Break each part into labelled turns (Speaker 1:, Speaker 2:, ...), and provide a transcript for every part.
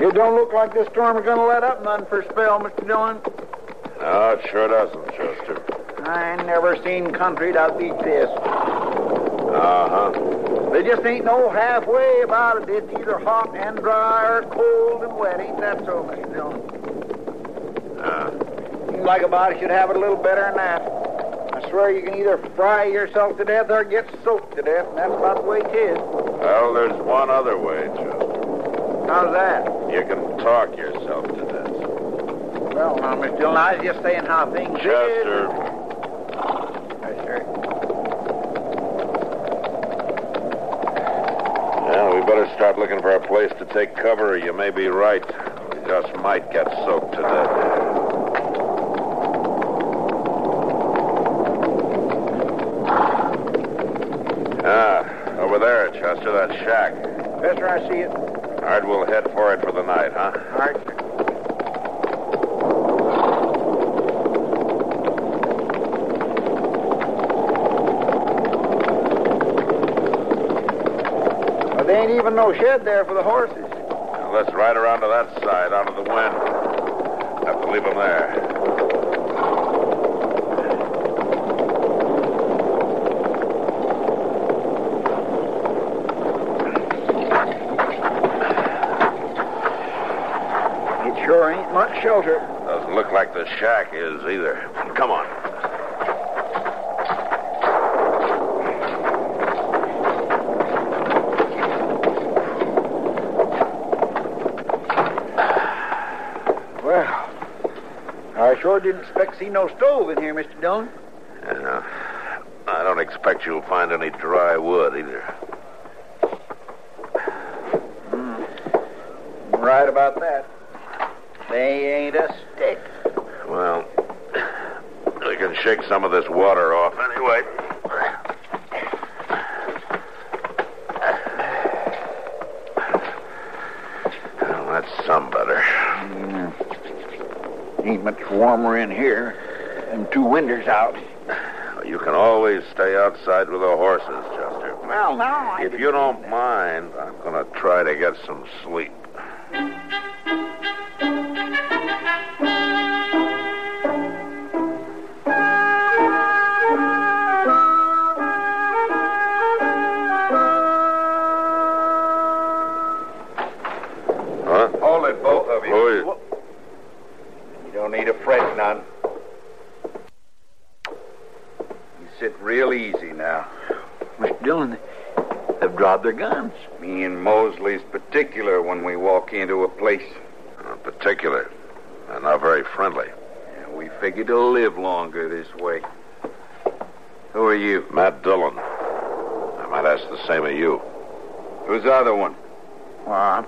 Speaker 1: You don't look like this storm is going to let up none for a spell, Mr. Dillon.
Speaker 2: No, it Ah, sure doesn't, Chester.
Speaker 1: I ain't never seen country that beat this.
Speaker 2: Uh huh.
Speaker 1: There just ain't no halfway about it. It's either hot and dry or cold and wet. Ain't that so, Mr. Dillon? Seems like a body should have it a little better than that. I swear you can either fry yourself to death or get soaked to death, and that's about the way it is.
Speaker 2: Well, there's one other way, Chester.
Speaker 1: How's that?
Speaker 2: You can talk yourself to death.
Speaker 1: Well, now, Mr. Dillon, I was just saying how things is.
Speaker 2: Chester,
Speaker 1: Yes, sir.
Speaker 2: yeah, we better start looking for a place to take cover, or you may be right. We just might get soaked to death. Ah, over there, Chester, that shack.
Speaker 1: Yes, sir, I see it.
Speaker 2: All right, we'll head for it for the night, huh?
Speaker 1: All right, sir. Well, there ain't even no shed there for the horses.
Speaker 2: Now, let's ride around to that side, out of the wind. Have to leave them there.
Speaker 1: It sure ain't much shelter.
Speaker 2: Doesn't look like the shack is either. Come on.
Speaker 1: Well, I sure didn't expect to see no stove in here, Mr. Dillon.
Speaker 2: Yeah. uh, I don't expect you'll find any dry wood either.
Speaker 1: Right about that. They ain't a stick.
Speaker 2: Well, we can shake some of this water off anyway. Well, that's some better.
Speaker 1: Ain't much warmer in here. And two winders out.
Speaker 2: You can always stay outside with the horses, Chester.
Speaker 1: Well, now I...
Speaker 2: If you don't mind, I'm going to try to get some sleep. Huh?
Speaker 1: Hold it, both of
Speaker 2: Who are you?
Speaker 1: You don't need to fret none. You sit real easy now. Mr. Dillon, they've dropped their guns.
Speaker 3: Me and Mosley's particular when we walk into a place.
Speaker 2: In particular, they're not very friendly.
Speaker 3: And we figure to live longer this way. Who are you?
Speaker 2: Matt Dillon. I might ask the same of you.
Speaker 3: Who's the other one?
Speaker 1: Well, I'm,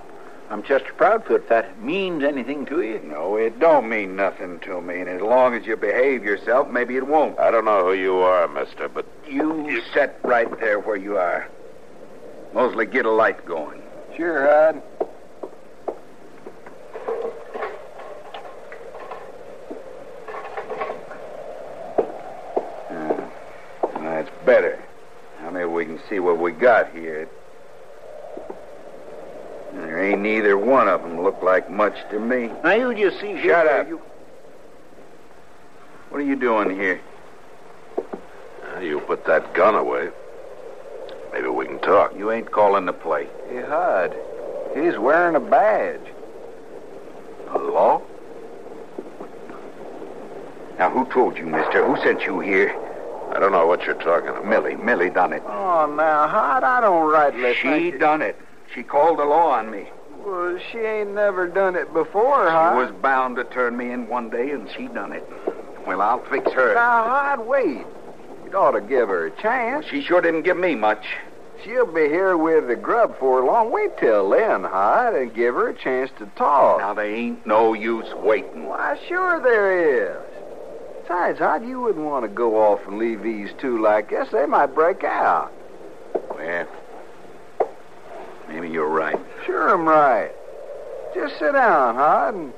Speaker 1: I'm Chester Proudfoot. If that means anything to you.
Speaker 3: No, it don't mean nothing to me. And as long as you behave yourself, maybe it won't.
Speaker 2: I don't know who you are, mister, but
Speaker 3: You, set right there where you are. Mosley, get a light going.
Speaker 1: Sure, Hod.
Speaker 3: Hmm. better. Now maybe we can see what we got here. There ain't neither one of them look like much to me.
Speaker 1: Now you just see here.
Speaker 3: Shut up.
Speaker 1: You...
Speaker 3: What are you doing here?
Speaker 2: You put that gun away. Maybe we can talk.
Speaker 3: You ain't calling the play.
Speaker 1: Hey, Hud. He's wearing a badge.
Speaker 3: Hello? Now, who told you, mister? Who sent you here?
Speaker 2: I don't know what you're talking about.
Speaker 3: Millie. Millie done it.
Speaker 1: Oh, now, Hud, I don't rightly
Speaker 3: She
Speaker 1: think it-
Speaker 3: done it. She called the law on me.
Speaker 1: Well, she ain't never done it before, Hud.
Speaker 3: She was bound to turn me in one day, and she done it. Well, I'll fix her.
Speaker 1: Now, Hud, wait. You'd ought to give her a chance.
Speaker 3: She sure didn't give me much.
Speaker 1: She'll be here with the grub for long. Wait till then, Hud, and give her a chance to talk.
Speaker 3: Now, they ain't no use waiting.
Speaker 1: Why, sure there is. Besides, Hod, you wouldn't want to go off and leave these two like this. They might break out.
Speaker 3: Well, Oh, maybe you're right.
Speaker 1: Sure, I'm right. Just sit down, Hod, and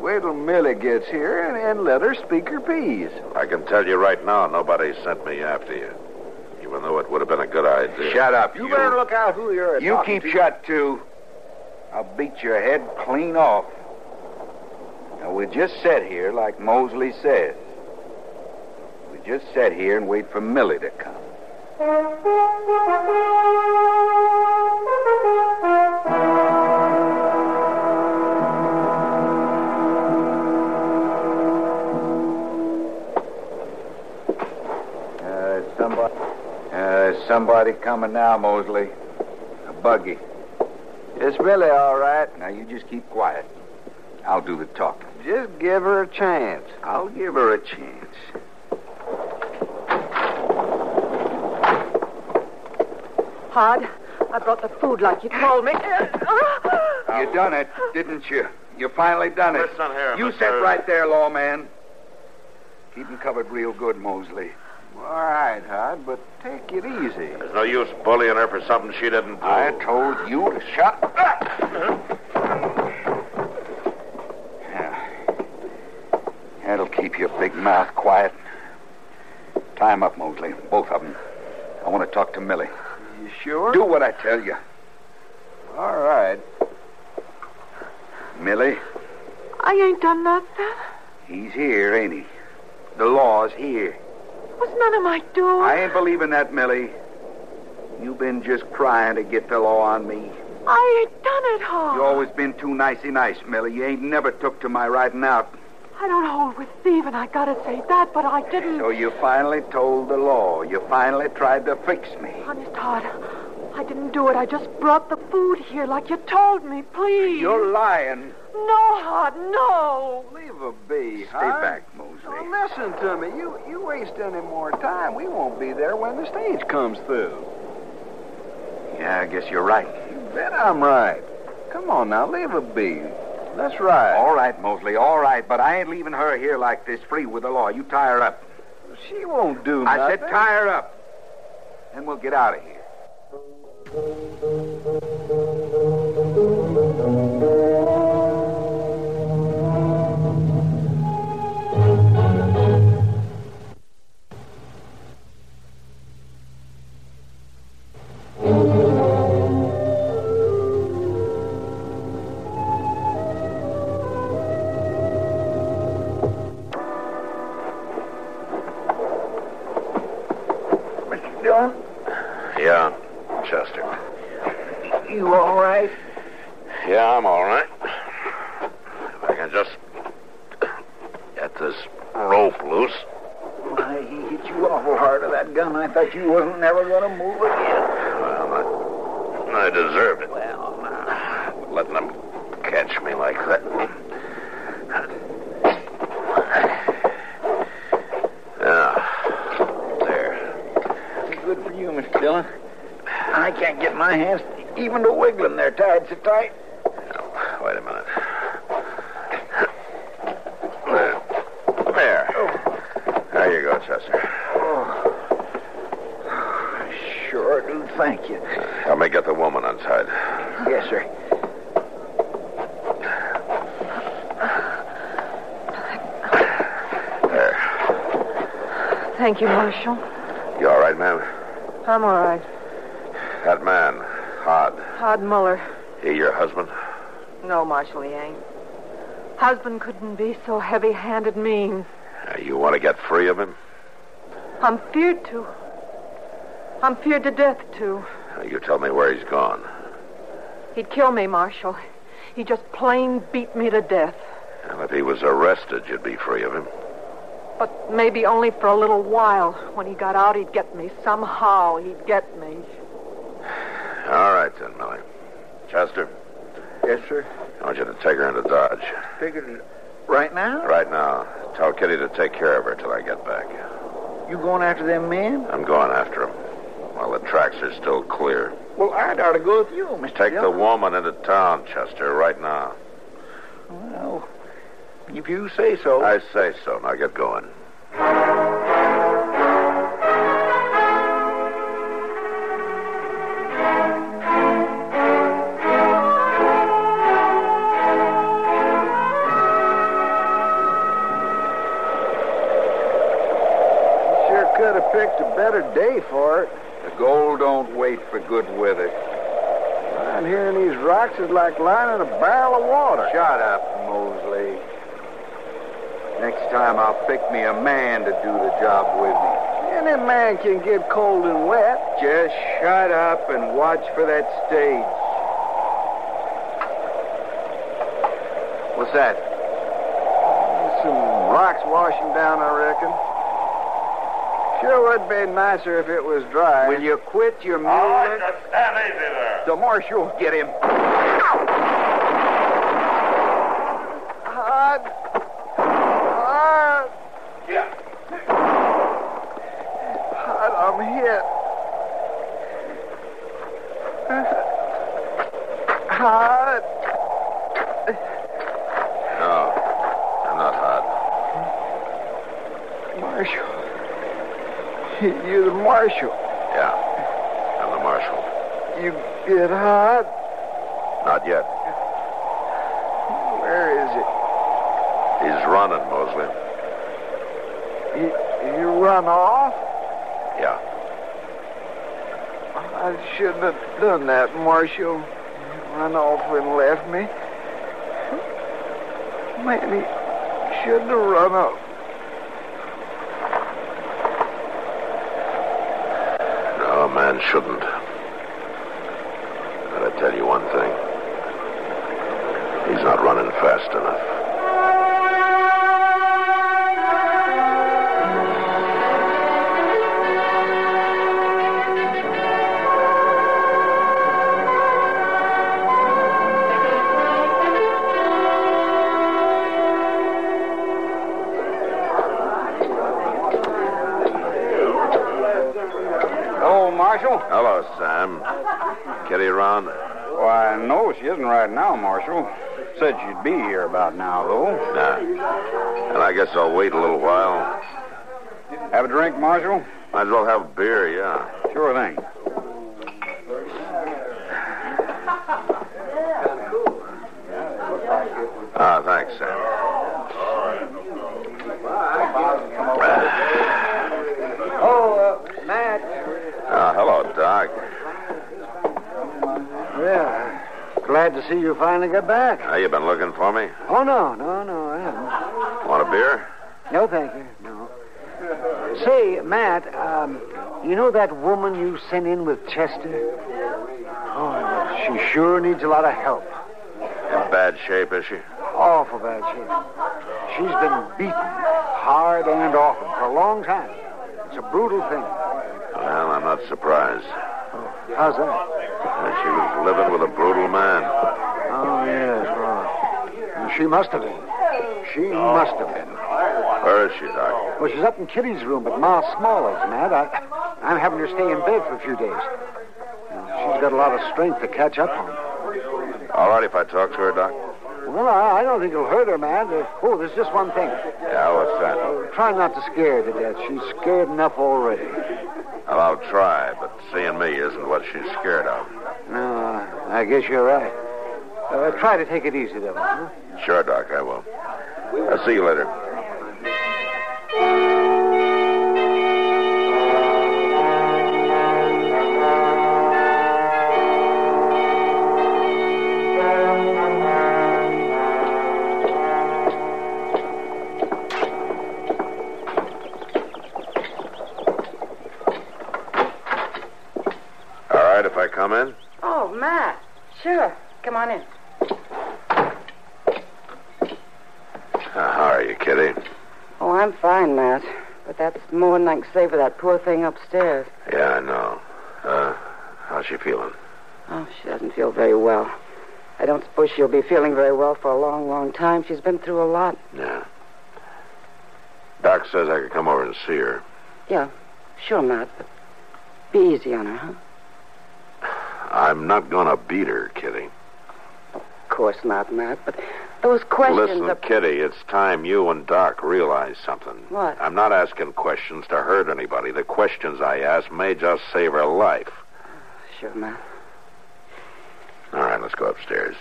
Speaker 1: wait till Millie gets here and, and let her speak her piece.
Speaker 2: I can tell you right now, nobody sent me after you. Even though it would have been a good idea.
Speaker 3: Shut up, you.
Speaker 1: look out who you're
Speaker 3: You keep shut, too. I'll beat your head clean off. Now, we just sit here like Mosley says. We just sit here and wait for Millie to come. Uh, somebody, uh, somebody coming now, Mosley. A buggy.
Speaker 1: It's Millie, all right.
Speaker 3: Now you just keep quiet. I'll do the talking.
Speaker 1: Just give her a chance.
Speaker 3: I'll give her a chance.
Speaker 4: Hod, I brought the food like you told me.
Speaker 3: You done it, didn't you? You finally done it.
Speaker 2: Listen here,
Speaker 3: you
Speaker 2: Mr.
Speaker 3: sit right there, lawman. Keep him covered real good, Mosley.
Speaker 1: All right, Hod, but take it easy.
Speaker 2: There's no use bullying her for something she didn't do.
Speaker 3: I told you to shut up. That'll keep your big mouth quiet. Tie 'em up, Mosley. Both of 'em. I want to talk to Millie.
Speaker 1: You sure?
Speaker 3: Do what I tell you.
Speaker 1: All right.
Speaker 3: Millie,
Speaker 4: I ain't done nothing.
Speaker 3: he's here, ain't he? The law's here.
Speaker 4: It was none of my doing.
Speaker 3: I ain't believing that, Millie. You've been just crying to get the law on me.
Speaker 4: I ain't done it, Hod.
Speaker 3: You always been too nicey nice, Millie. You ain't never took to my riding out.
Speaker 4: I don't hold with thieving. I gotta say that, but I didn't.
Speaker 3: So you finally told the law. You finally tried to fix me.
Speaker 4: Honest, Hod, I didn't do it. I just brought the food here like you told me. Please.
Speaker 3: You're lying.
Speaker 4: No, Hod, no.
Speaker 1: Leave a be,
Speaker 3: Stay
Speaker 1: Hod.
Speaker 3: back, Mosley.
Speaker 1: Now, listen to me. You you waste any more time. We won't be there when the stage comes through.
Speaker 3: Yeah, I guess you're right.
Speaker 1: You bet I'm right. Come on now, leave a be. Let's ride.
Speaker 3: All right, Mosley, all right, but I ain't leaving her here like this free with the law. You tie her up.
Speaker 1: She won't do nothing.
Speaker 3: I said tie her up. Then we'll get out of here.
Speaker 1: Mr. Dillon,
Speaker 2: Yeah, Chester.
Speaker 1: you all right?
Speaker 2: Yeah, I'm all right. If I can just get this rope loose.
Speaker 1: Why, he hit you awful hard with that gun. I thought you wasn't never going to move again.
Speaker 2: Well, I, I deserved it.
Speaker 1: Well, now.
Speaker 2: Letting them catch me like that. Yeah. Ah, There.
Speaker 1: Good for you, Mr. Dillon. I can't get my hands even to wiggle them. They're tied so tight.
Speaker 2: Now, wait a minute. There. There. There you go, Chester.
Speaker 1: Sure do. Thank you.
Speaker 2: Help me get the woman untied.
Speaker 1: Yes, sir.
Speaker 4: Thank you, Marshal.
Speaker 2: You all right, ma'am?
Speaker 4: I'm all right.
Speaker 2: That man, Hod,
Speaker 4: Todd Muller.
Speaker 2: he your husband?
Speaker 4: No, Marshal, he ain't. Husband couldn't be so heavy handed mean.
Speaker 2: Uh, You want to get free of him?
Speaker 4: I'm feared to. I'm feared to death, too.
Speaker 2: Uh, You tell me where he's gone.
Speaker 4: He'd kill me, Marshal. He just plain beat me to death.
Speaker 2: And if he was arrested, you'd be free of him.
Speaker 4: But maybe only for a little while. When he got out, he'd get me. Somehow, he'd get me.
Speaker 2: All right, then, Millie. Chester,
Speaker 3: Yes, sir.
Speaker 2: I want you to take her into Dodge.
Speaker 3: Figured right now?
Speaker 2: Right now, tell Kitty to take care of her till I get back.
Speaker 3: You going after them men?
Speaker 2: I'm going after him while the tracks are still clear.
Speaker 3: Well, I'd ought to go with you, Mr.
Speaker 2: Take the
Speaker 3: Dillon.
Speaker 2: woman into town, Chester, right now.
Speaker 3: Well, if you say so.
Speaker 2: I say so. Now get going.
Speaker 3: Sure could have picked a better day for it. The gold don't wait for good weather. Down here in these rocks is like lining a barrel of water. Shut up, Mosley. Next time I'll pick me a man to do the job with me. Any man can get cold and wet. Just shut up and watch for that stage. What's that? Some rocks washing down, I reckon. Sure would be nicer if it was dry. Oh, Will you quit your music?
Speaker 2: stand easy there.
Speaker 3: The marshal, get him. Hod. Hod.
Speaker 2: Yeah.
Speaker 3: Hod, I'm hit. Hod.
Speaker 2: No, I'm not hot.
Speaker 3: Marshal. You're the marshal.
Speaker 2: Yeah, I'm the marshal.
Speaker 3: You get hot.
Speaker 2: Not yet.
Speaker 3: Where is it?
Speaker 2: He's running, Mosley.
Speaker 3: You, you run off?
Speaker 2: Yeah.
Speaker 3: I shouldn't have done that, Marshal. Run off and left me. Man, he shouldn't have run off.
Speaker 2: No, a man shouldn't. But I tell you one thing. He's not running fast enough.
Speaker 3: Oh, Marshal?
Speaker 2: Hello, Sam. Kitty around?
Speaker 3: Why, no, she isn't right now, Marshal. Said she'd be here about now, though.
Speaker 2: Nah. And I guess I'll wait a little while.
Speaker 3: Have a drink, Marshal?
Speaker 2: Might as well have a beer, yeah.
Speaker 3: Sure thing.
Speaker 2: Ah, thanks, Sam.
Speaker 3: Oh, uh, Matt.
Speaker 2: Ah, hello, Doc.
Speaker 3: Yeah. Glad to see you finally got back.
Speaker 2: How you been looking for me?
Speaker 3: Oh, no, no, no, I haven't.
Speaker 2: Want a beer?
Speaker 3: No, thank you. No. Say, Matt, um, you know that woman you sent in with Chester? Oh, she sure needs a lot of help.
Speaker 2: In bad shape, is she?
Speaker 3: Awful bad shape. She's been beaten hard and often for a long time. It's a brutal thing.
Speaker 2: Well, I'm not surprised.
Speaker 3: How's that?
Speaker 2: Uh, She was living with a brutal man.
Speaker 3: Oh, yes, right. She must have been. She must have been.
Speaker 2: Where is she, Doc?
Speaker 3: Well, she's up in Kitty's room at Ma Smalley's, Matt. I, I'm having her stay in bed for a few days. She's got a lot of strength to catch up on.
Speaker 2: All right if I talk to her, Doc?
Speaker 3: Well, I, I don't think it'll hurt her, man. Uh, oh, there's just one thing.
Speaker 2: Yeah, what's that?
Speaker 3: Try not to scare her to death. She's scared enough already.
Speaker 2: Well, I'll try, but seeing me isn't what she's scared of.
Speaker 3: No, I guess you're right. Uh, try to take it easy, though. Huh?
Speaker 2: Sure, Doc, I will. I'll see you later.
Speaker 3: Well,
Speaker 2: come in?
Speaker 5: Oh, Matt. Sure. Come on in.
Speaker 2: Uh, how are you, Kitty?
Speaker 5: Oh, I'm fine, Matt. But that's more than I can say for that poor thing upstairs.
Speaker 2: Yeah, I know. Uh, how's she feeling?
Speaker 5: Oh, she doesn't feel very well. I don't suppose she'll be feeling very well for a long, long time. She's been through a lot.
Speaker 2: Yeah. Doc says I could come over and see her.
Speaker 5: Yeah, sure, Matt, but be easy on her, huh?
Speaker 2: I'm not gonna beat her, Kitty.
Speaker 5: Of course not, Matt, but those questions
Speaker 2: Listen,
Speaker 5: are...
Speaker 2: Kitty, it's time you and Doc realize something.
Speaker 5: What?
Speaker 2: I'm not asking questions to hurt anybody. The questions I ask may just save her life.
Speaker 5: Sure, Matt.
Speaker 2: All right, let's go upstairs.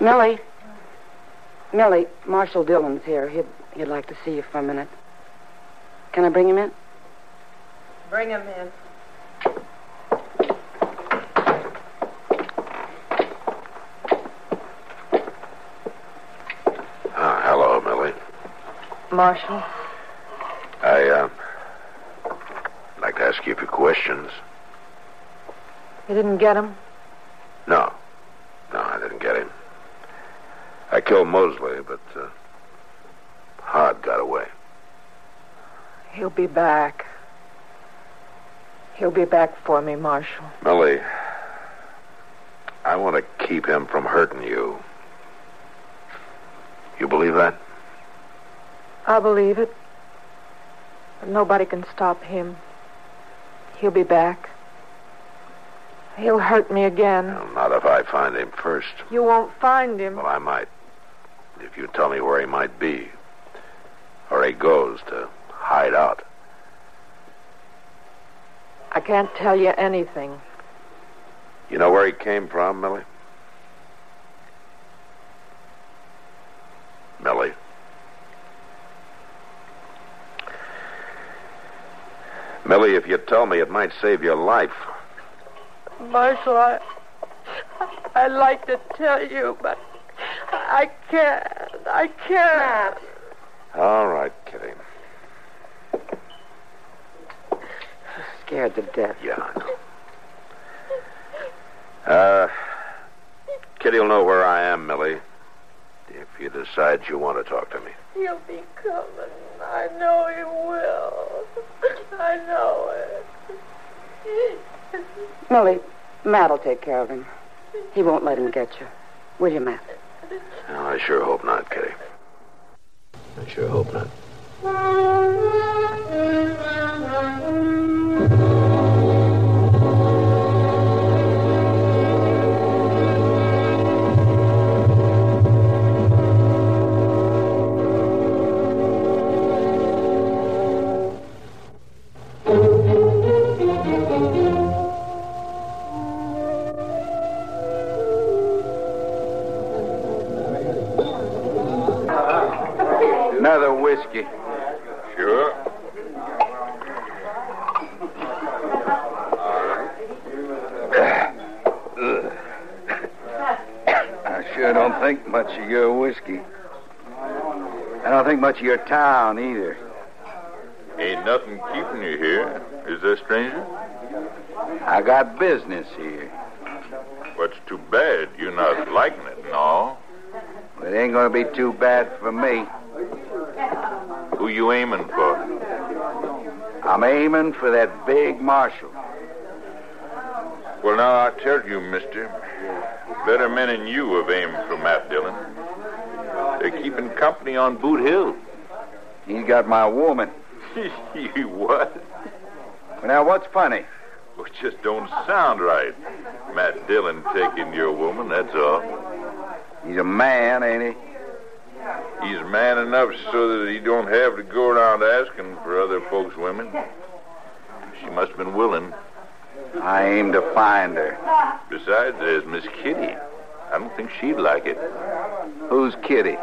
Speaker 5: Millie. Millie, Marshal Dillon's here. He'd, he'd like to see you for a minute. Can I bring him in?
Speaker 4: Bring him in.
Speaker 2: Uh, hello, Millie.
Speaker 4: Marshal,
Speaker 2: I, uh, like to ask you a few questions.
Speaker 4: you didn't get him?
Speaker 2: No. No, I didn't get him. I killed Mosley, but, uh, Hard got away.
Speaker 4: He'll be back. He'll be back for me, Marshal.
Speaker 2: Millie, I want to keep him from hurting you. You believe that?
Speaker 4: I believe it. But nobody can stop him. He'll be back. He'll hurt me again.
Speaker 2: Well, not if I find him first.
Speaker 4: You won't find him.
Speaker 2: Well, I might. If you tell me where he might be, or he goes to hide out.
Speaker 4: I can't tell you anything.
Speaker 2: You know where he came from, Millie? Millie. Millie, if you tell me, it might save your life.
Speaker 4: Marshal, I, I'd like to tell you, but I can't. I can't.
Speaker 2: All right, Kitty.
Speaker 5: Scared to death.
Speaker 2: Yeah, I know. Uh, Kitty will know where I am, Millie, if you decide you want to talk to me.
Speaker 4: He'll be coming. I know he will. I know it.
Speaker 5: Millie, Matt will take care of him. He won't let him get you. Will you, Matt?
Speaker 2: Well, I sure hope not, Kitty.
Speaker 6: I sure hope not.
Speaker 3: Another whiskey.
Speaker 2: Sure.
Speaker 3: I sure don't think much of your whiskey. I don't think much of your town either.
Speaker 7: Ain't nothing keeping you here. Is there, stranger?
Speaker 3: I got business here.
Speaker 7: What's too bad? You're not liking it and all.
Speaker 3: But it ain't gonna be too bad for me.
Speaker 7: Who you aiming for?
Speaker 3: I'm aiming for that big marshal.
Speaker 7: Well, now I tell you, mister, better men than you have aimed for Matt Dillon. They're keeping company on Boot Hill.
Speaker 3: He's got my woman.
Speaker 7: you what?
Speaker 3: Well, now, what's funny?
Speaker 7: Well, it just don't sound right. Matt Dillon taking your woman, that's all.
Speaker 3: He's a man, ain't
Speaker 7: He's man enough so that he don't have to go around asking for other folks' women. She must have been willing.
Speaker 3: he? I aim to find her.
Speaker 7: Besides, there's Miss Kitty. I don't think she'd like it.
Speaker 3: Who's Kitty?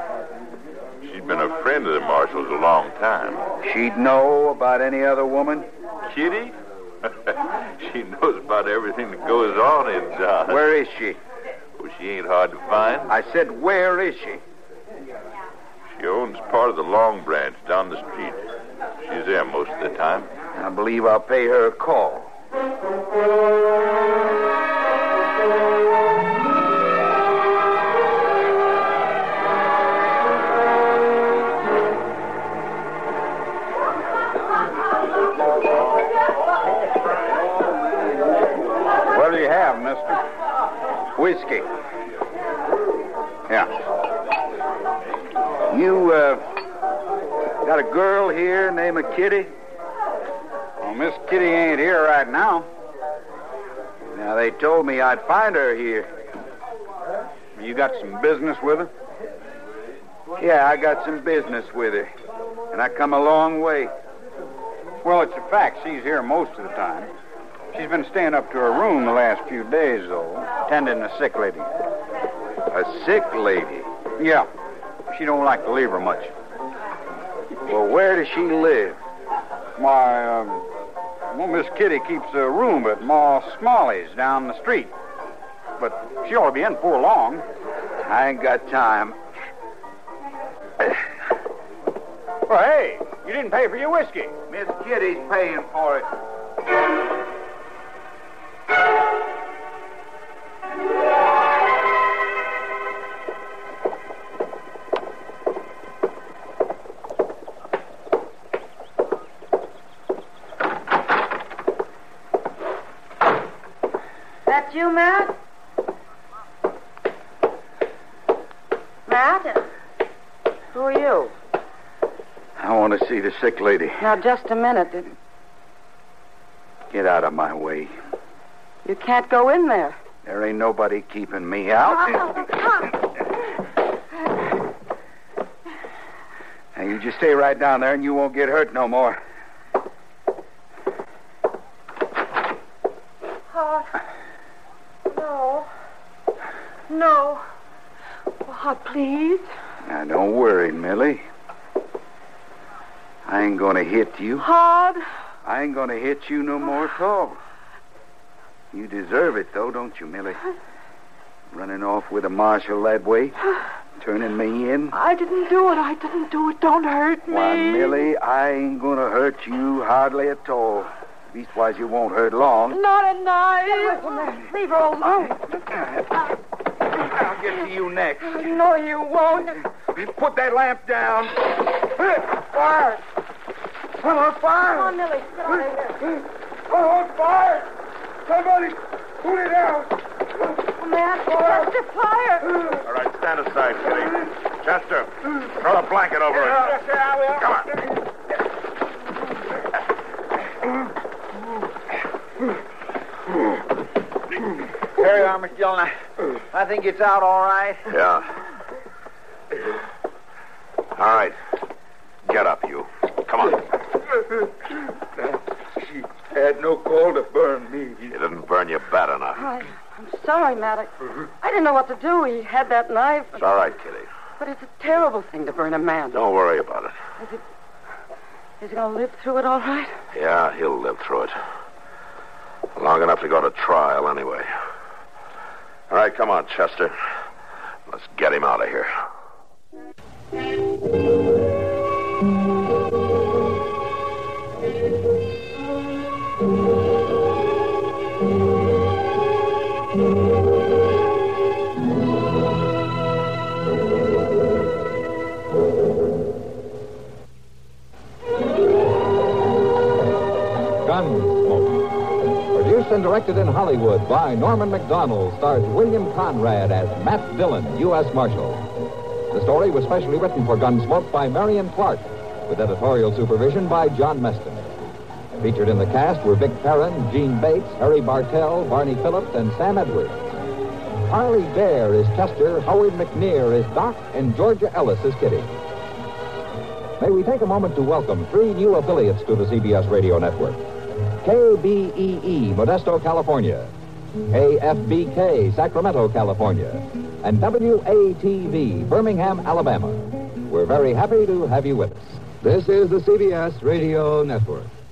Speaker 7: She's been a friend of the Marshal's a long time.
Speaker 3: She'd know about any other woman?
Speaker 7: Kitty?
Speaker 8: she knows about everything that goes on in Dodge.
Speaker 3: Where is she?
Speaker 8: Well, she ain't hard to find.
Speaker 3: I said, where is she?
Speaker 8: She owns part of the Long Branch down the street. She's there most of the time.
Speaker 3: I believe I'll pay her a call. What do you have, mister? Whiskey. Yeah. You, uh, got a girl here named Kitty? Well, Miss Kitty ain't here right now. Now, they told me I'd find her here. You got some business with her? Yeah, I got some business with her. And I come a long way. Well, it's a fact. She's here most of the time. She's been staying up to her room the last few days, though, tending a sick lady.
Speaker 8: A sick lady?
Speaker 3: Yeah. She don't like to leave her much. Well, where does she live? My, um, well, Miss Kitty keeps a room at Ma Smalley's down the street. But she ought to be in before long. I ain't got time. well, hey, you didn't pay for your whiskey.
Speaker 1: Miss Kitty's paying for it.
Speaker 5: That you, Matt? Matt? Who are you?
Speaker 3: I want to see the sick lady.
Speaker 5: Now, just a minute.
Speaker 3: Get out of my way.
Speaker 5: You can't go in there.
Speaker 3: There ain't nobody keeping me out. Now, you just stay right down there and you won't get hurt no more.
Speaker 4: Oh, no. No. Oh, please.
Speaker 3: Now, don't worry, Millie. I ain't gonna hit you.
Speaker 4: Hard.
Speaker 3: I ain't gonna hit you no more at all. You deserve it, though, don't you, Millie? Running off with a marshal that way, turning me in.
Speaker 4: I didn't do it. I didn't do it. Don't hurt me.
Speaker 3: Why, Millie, I ain't gonna hurt you hardly at all. Leastwise, you won't hurt long.
Speaker 4: Not Oh. a knife. Leave her alone.
Speaker 3: I'll get to you next.
Speaker 4: No, you won't.
Speaker 3: Put that lamp down.
Speaker 4: Fire.
Speaker 3: I'm on fire.
Speaker 4: Come on, Millie. Get out of here.
Speaker 1: I'm on fire. Somebody, put it out.
Speaker 4: Matt, there's the fire.
Speaker 8: All right, stand aside, Kitty. Chester, throw a blanket over it. Come on.
Speaker 1: There you are, Mr. Dillon. I- I think it's out all right.
Speaker 2: Yeah. All right. Get up, you. Come on.
Speaker 1: Had no call to burn me.
Speaker 2: He didn't burn you bad enough.
Speaker 5: I, I'm sorry, Matt. I, I didn't know what to do. He had that knife.
Speaker 2: It's all right, Kitty.
Speaker 5: But it's a terrible thing to burn a man.
Speaker 2: Don't worry about it.
Speaker 5: Is he going to live through it all right?
Speaker 2: Yeah, he'll live through it. Long enough to go to trial, anyway. All right, come on, Chester. Let's get him out of here.
Speaker 9: Gunsmoke. Produced and directed in Hollywood by Norman McDonald, stars William Conrad as Matt Dillon, U.S. Marshal. The story was specially written for Gunsmoke by Marion Clark, with editorial supervision by John Meston. Featured in the cast were Vic Perrin, Gene Bates, Harry Bartell, Barney Phillips, and Sam Edwards. Harley Bear is Chester, Howard McNear is Doc, and Georgia Ellis is Kitty. May we take a moment to welcome three new affiliates to the CBS Radio Network. KBEE, E Modesto, California. AFBK, Sacramento, California. And WATV, Birmingham, Alabama. We're very happy to have you with us.
Speaker 10: This is the CBS Radio Network.